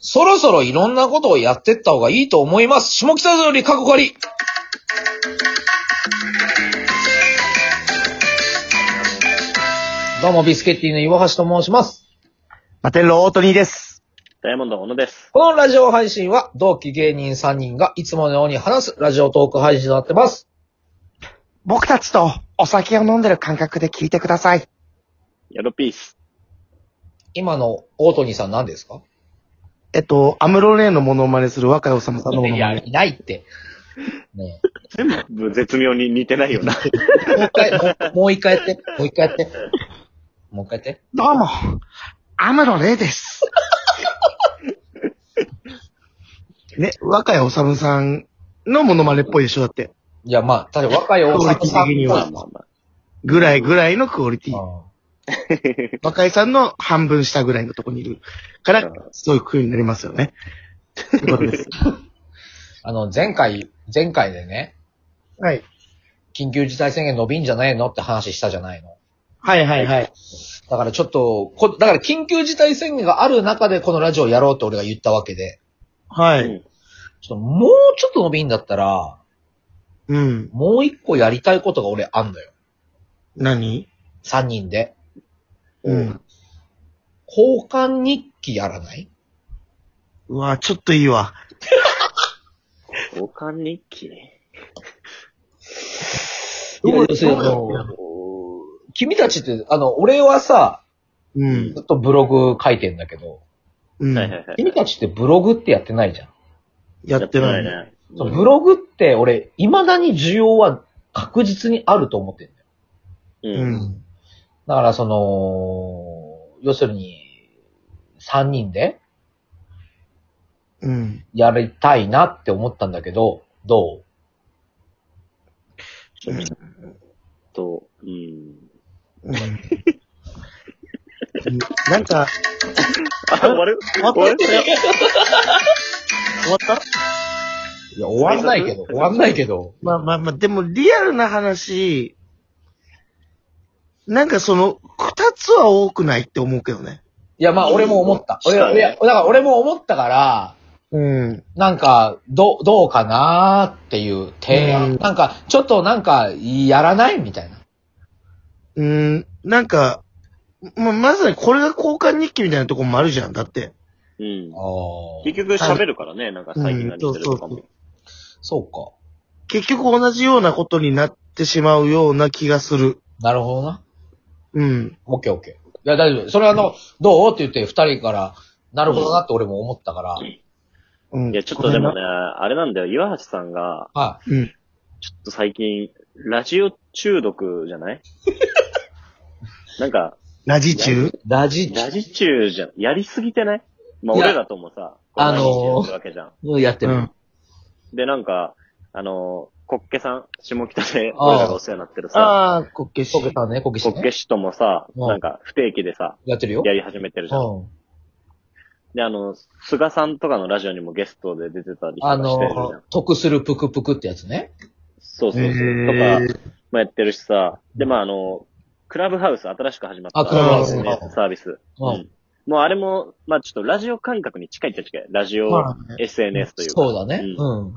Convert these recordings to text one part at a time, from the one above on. そろそろいろんなことをやってった方がいいと思います。下北より過去借り。どうも、ビスケッティの岩橋と申します。バテンロートニーです。ダイヤモンドの小野です。このラジオ配信は、同期芸人3人がいつものように話すラジオトーク配信となってます。僕たちとお酒を飲んでる感覚で聞いてください。ヤロピース。今のオートニーさん何ですかえっと、アムロレイのモノマネする若いさまさんのモノいマや、ネ。いないって。ね全部絶妙に似て ないよな。えもう一回、もうもう一回やって。もう一回やって。もう一回やって。どうも、アムロレイです。 ね、若いおさむさんのモノマネっぽいでしょ、だって。いや、まあ、確かに若いおさむさんクオリティ的にまあはまあまあ。ぐらいぐらいのクオリティ。あ若いさんの半分下ぐらいのとこにいるからうん、そういう風になりますよね。ということです。あの、前回、前回でね、 はい。緊急事態宣言伸びんじゃないのって話したじゃないの。はいはいはい。だからちょっと、こだから緊急事態宣言がある中でこのラジオやろうって俺が言ったわけで、はうんい。ちょっともうちょっと伸びんだったら、うん。もう一個やりたいことが俺あんだよ。何三人で。うん。交換日記やらないうわ、ちょっといいわ。交換日記いや要するにあどうの、君たちって、あの、俺はさ、うんず。っとブログ書いてんだけど、うん。はいはいはい。君たちってブログってやってないじゃん。やってないね。ね。そうのんブログって俺、未だに需要は確実にあると思ってんだよう。うんん。だからその、要するに、三人でうん。やりたいなって思ったんだけど、どちょっと、うん。うんなんか、あ、終わる終わる終わったういや、終わんないけど、終わんないけど。まあまあまあ、でもリアルな話、なんかその、二つは多くないって思うけどね。いや、まあ、俺も思った。うん俺したねいや、だから俺も思ったから、うん。なんか、どう、どうかなーっていう提案。うんなんか、ちょっとなんか、やらないみたいな。うん、なんか、ま、まさにこれが交換日記みたいなとこもあるじゃん、だって。うん。あ結局喋るからね、なんか最近何してるとかうんも。そうか。結局同じようなことになってしまうような気がする。なるほどな。うん。オッケーオッケー。いや、大丈夫。それはあの、どうって言って二人から、なるほどなって俺も思ったから。うん。いや、ちょっとでもごめね、あれなんだよ、岩橋さんが、はんな。うん。ちょっと最近、ラジオ中毒じ ゃないなんか、ラジ中い。ラジラジ中じゃん、やりすぎてないまあ、いや俺らともさ、こうあのー毎日やってるわけじゃん。うんやってうる。ん。で、なんか、あのー、コッケさん、下北であー俺らがお世話になってるさ、ああ、こっけしコ。ケさんね、コケコさんッねケ。氏ともさ、うんなんか不定期でさ、やってるよ。やり始めてるじゃん。うん。で、あの、菅さんとかのラジオにもゲストで出てたりとかあしてるじゃんの。、得するぷくぷくってやつね。そうそうそう。へとーか、もやってるしさ、で、まあ、あの、クラブハウス、新しく始まったあクラブハウスねサービス。うんうんもうあれも、まあ、ちょっとラジオ感覚に近いっちゃ近い。ラジオ、まあね SNS というか。そうだね。んうん。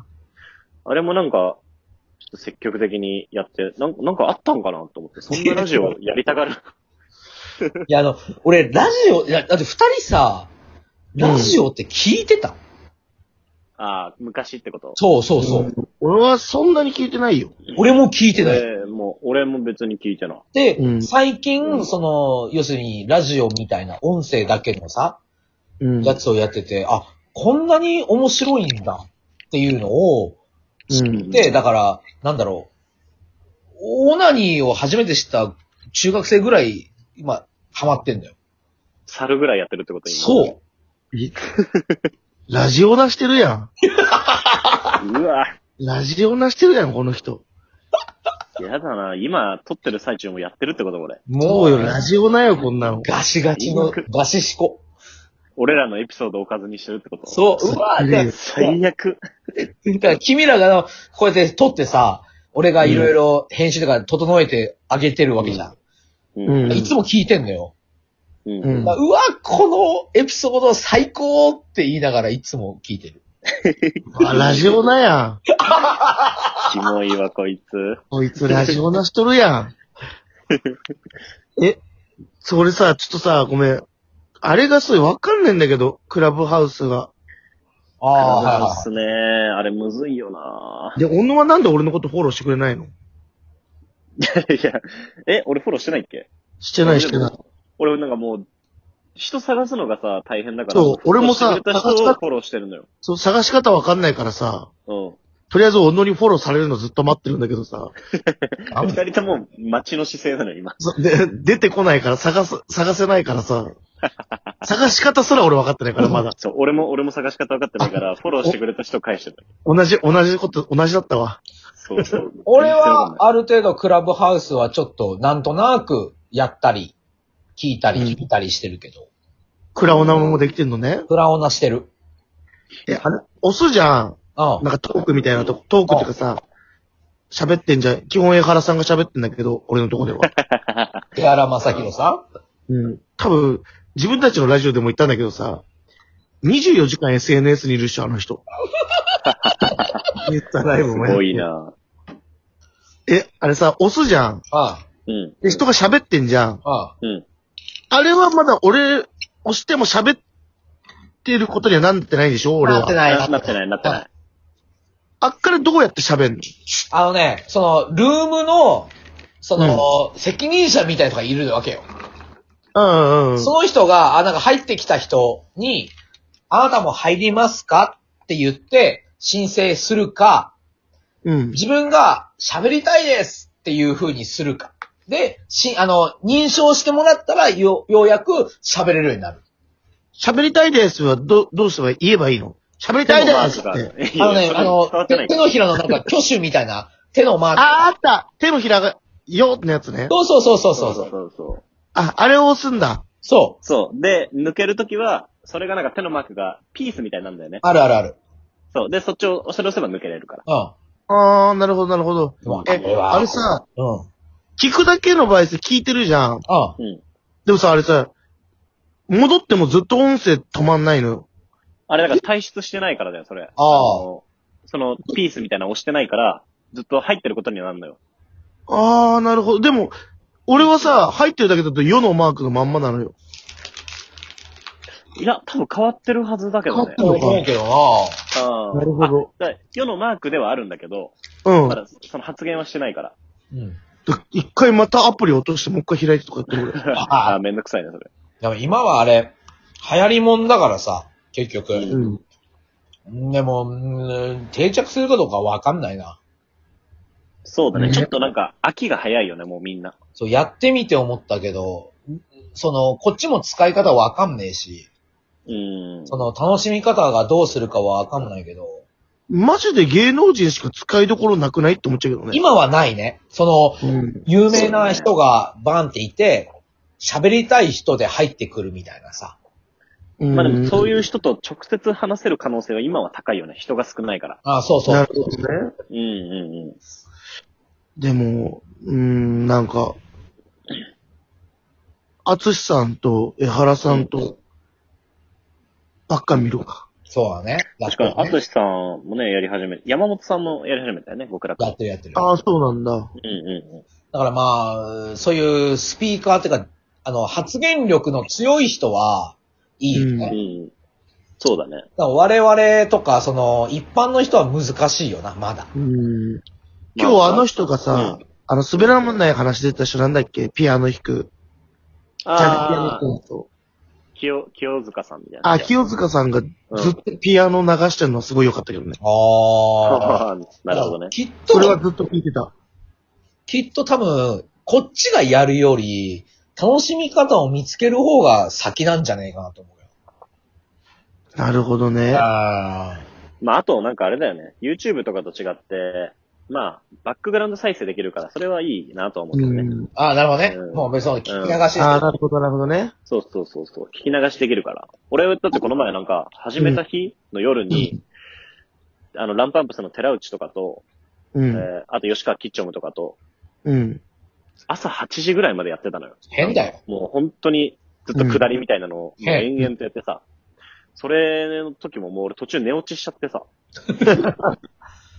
あれもなんか、ちょっと積極的にやって、なんかなんかあったんかなと思って、そんなラジオやりたがる。いや、あの、俺、ラジオ、いや、だって二人さ、ラジオって聞いてた、 ああ、昔ってこと。そうそうそう。俺はそんなに聞いてないよ。俺も聞いてない。えーもう、俺も別に聞いてない。で、うん最う近、んその、要するに、ラジオみたいな音声だけのさ、うんやつをやってて、あ、こんなに面白いんだっていうのを、うん。で、だから、なんだろう。オナニーを初めて知った中学生ぐらい、今、ハマってんだよ。猿ぐらいやってるってこと今。そう。 ラジオ出してるやん。う。うわ、ラジオ出してるやん、この人。やだな。今、撮ってる最中もやってるってこと俺。もそううよ、ラジオなよ、こんなの。ガシガチの、ガシシコ。俺らのエピソードをおかずにしてるってことう。そう、うわーで最悪。だから君らが、こうやって撮ってさ、俺がいろいろ編集とか整えてあげてるわけじゃん。ううんいつも聞いてんのよ。うん。うんまあうわ、このエピソード最高って言いながらいつも聞いてる。あ、ラジオなやん。キモいわ、こいつ。こいつラジオなしとるやん。え、それさ、ちょっとさ、ごめん。あれがすごいわかんねえんだけど、クラブハウスが。あはいあ、はいっすね。あれむずいよな で、小野はなんで俺のことフォローしてくれないのいや、え、俺フォローしてないっけしてないしてない。俺なんかもう、人探すのがさ、大変だから。そう俺もさフォローしてくれた人をフォローしてるのよ。そう、探し方わかんないからさ、うん。とりあえず小野にフォローされるのずっと待ってるんだけどさ、あ二人とも街の姿勢なのよ、今。そで、出てこないから探す、探せないから さ、探し方すら俺分かってないからまだ。そう、俺も、俺も探し方分かってないから、フォローしてくれた人返してた。同じ、同じこと、同じだったわ。そうそう。 俺全然わかんなは、ある程度クラブハウスはちょっと、なんとなく、やったり、聞いたり、うん聞いたりしてるけど、クラオナもできてんのね。フラオナしてる。え、あれ、押すじゃん。うん。なんかトークみたいなとこ、トークっていうかさ、喋ってんじゃん。基本江原さんが喋ってんだけど、俺のと こでは。木原正宏さうん。多分、自分たちのラジオでも言ったんだけどさ、24時間 SNS にいるっしょ、あの 人。言ったライい。ブもすごい。なえ、あれさ、押すじゃん。あうん。で、人が喋ってんじゃん。あ、ああ。うん。あれはまだ俺、押しても喋ってることにはなってないでしょ俺なっては。ないななってない、なってない。あっからどうやって喋んのあのね、その、ルームの、その、責任者みたいな人がいるわけよ。うんうんうん。その人が、あ、なんか入ってきた人に、あなたも入りますかって言って、申請するか、うん。自分が喋りたいですっていう風にするか。で、し、あの、認証してもらったら、よ、ようやく喋れるようになる。喋りたいですはど、どうすれば言えばいいの喋りたいですとか。って。いあやのね、あそれ伝わのってな、い手のひらの なんか挙手みたいな、手のマーク。あ、あった手のひらが、よってやつね。そうそうそうそうそそうそうそうう。そうそう。あ、あれを押すんだ。そう。そう。で、抜けるときは、それがなんか手のマークがピースみたいになんだよね。あるあるある。そう。で、そっちを、それを押せば抜けれるから。うん。あー、なるほど、なるほど。うわえ、あれさ、うん。うん。聞くだけの場合さ、聞いてるじゃん。あうん。でもさ、あれさ、戻ってもずっと音声止まんないのよ。あれだから退出してないからだよ、それ。あーのその、ピースみたいなの押してないから、ずっと入ってることにはなるのよ。あー、なるほど。でも、俺はさ、入ってるだけだと世のマークのまんまなのよ。いや、多分変わってるはずだけどね。変わっ思うけどなあーなるほど。あだから世のマークではあるんだけど、うんま。だその発言はしてないから。うん。一回またアプリ落として、もう一回開いてとかやってる俺。 ああー、めんどくさいね、それ。でも今はあれ、流行りもんだからさ、結局。うん。でも、うん定着するかどうかわかんないな。そうだね。ねちょっとなんか、秋が早いよね、もうみんな。そう、やってみて思ったけど、その、こっちも使い方わかんねえし、うん。その、楽しみ方がどうするかはわかんないけど、マジで芸能人しか使いどころなくないって思っちゃうけどね。今はないね。その、うん。有名な人がバンっていて、喋りたい人で入ってくるみたいなさ。うんまあでも、そういう人と直接話せる可能性は今は高いよね。人が少ないから。あそうそなうる。ほどね。うんうんうん。でも、うーん、なんか、あつしさんと江原さんと、ばっか見るか。そうだね。確かに、やあってるねとしさんもね、やり始め、山本さんもやり始めたよね、極楽。やってるやってる。ああ、そうなんだ。うんうだからまあ、そういうスピーカーっていうか、あの、発言力の強い人は、いいよね。うんんうん。うん。そうだね。だから我々とか、その、一般の人は難しいよな、まだ。うん。今日あの人がさ、あの、滑らない話出てた人なんだっけピアノ弾く。まあ、チャリピアあノー弾く人。清、清塚さんみたいな。あ、清塚さんがずっとピアノ流してるのはすごい良かったけどね。ああ。あ なるほどね。きっとそれ、はずっと聞いてた。きっと多分、こっちがやるより、楽しみ方を見つける方が先なんじゃねえかなと思うよ。なるほどね。あまあ、あと、なんかあれだよね。YouTube とかと違って、まあ、バックグラウンド再生できるから、それはいいなとは思うけうどね。ん。あ。ああ、なるほどね。うんもう別に聞き流しですああ、よなるほど、なるほどね。そうそうそうそう。聞き流しできるから。俺だってこの前なんか、始めた日の夜に、あの、ランパンプスの寺内とかと、うえん。ーあと吉川キッチョムとかと、うん。朝8時ぐらいまでやってたのよ。変だよ。もう本当に、ずっと下りみたいなのをうんもう延々とやってさ、それの時ももう俺途中寝落ちしちゃってさ。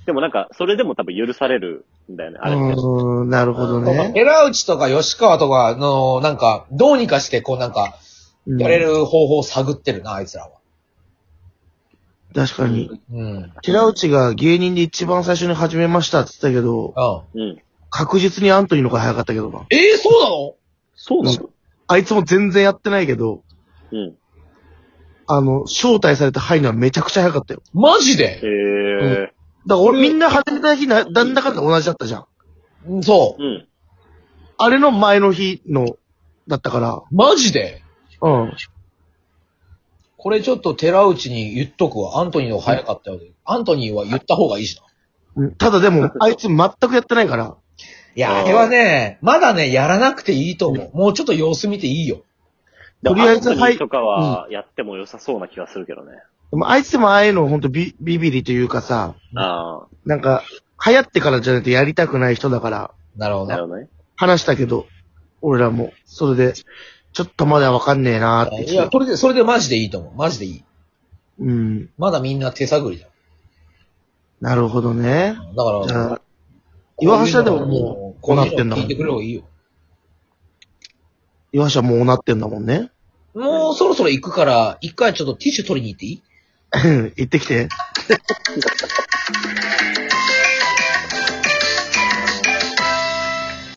でもなんか、それでも多分許されるんだよね、あれって。うーん、なるほどね。寺内とか吉川とかの、なんか、どうにかして、こうなんか、うんやれる方法を探ってるな、あいつらは。確かに。うん。うん。寺内が芸人で一番最初に始めましたって言ったけど、うん。確実にアントニーの方が早かったけどな。ええそうなのそうなのあいつも全然やってないけど、うん。あの、招待されて入るのはめちゃくちゃ早かったよ。マジでへえ。だから俺、みんな始めた日な、なんだかんだ同じだったじゃん。うんそうん。あれの前の日の、だったかう。マジでら、うん。これちょっと寺内に言っとくわ。アントニーの方が早かったよ。アントニーは言った方がいいしな。うんただでも、あいつ全くやってないから、いや、あれはね、まだね、やらなくていいと思う。もうちょっと様子見ていいよ。でもとりあえずアントニーはいとかは、やっても良さそうな気がするけどね。でもあいつでもああいうのほんとビビビリというかさ、うんあなんか、流行ってからじゃないとやりたくない人だから、なるほあ、どな。なるほどね。話したけど、俺らも、それで、ちょっとまだわかんねえなーっていや、それで、それでマジでいいと思う。マジでいい。うん。まだみんな手探りだ。なるほどね。だかじら、ゃあ、岩橋はでももう、こうなってんだも聞いんて。くればいいよ。岩橋はもうなってんだもんね。 もうそろそろ行くから、一回ちょっとティッシュ取りに行っていい行ってきて。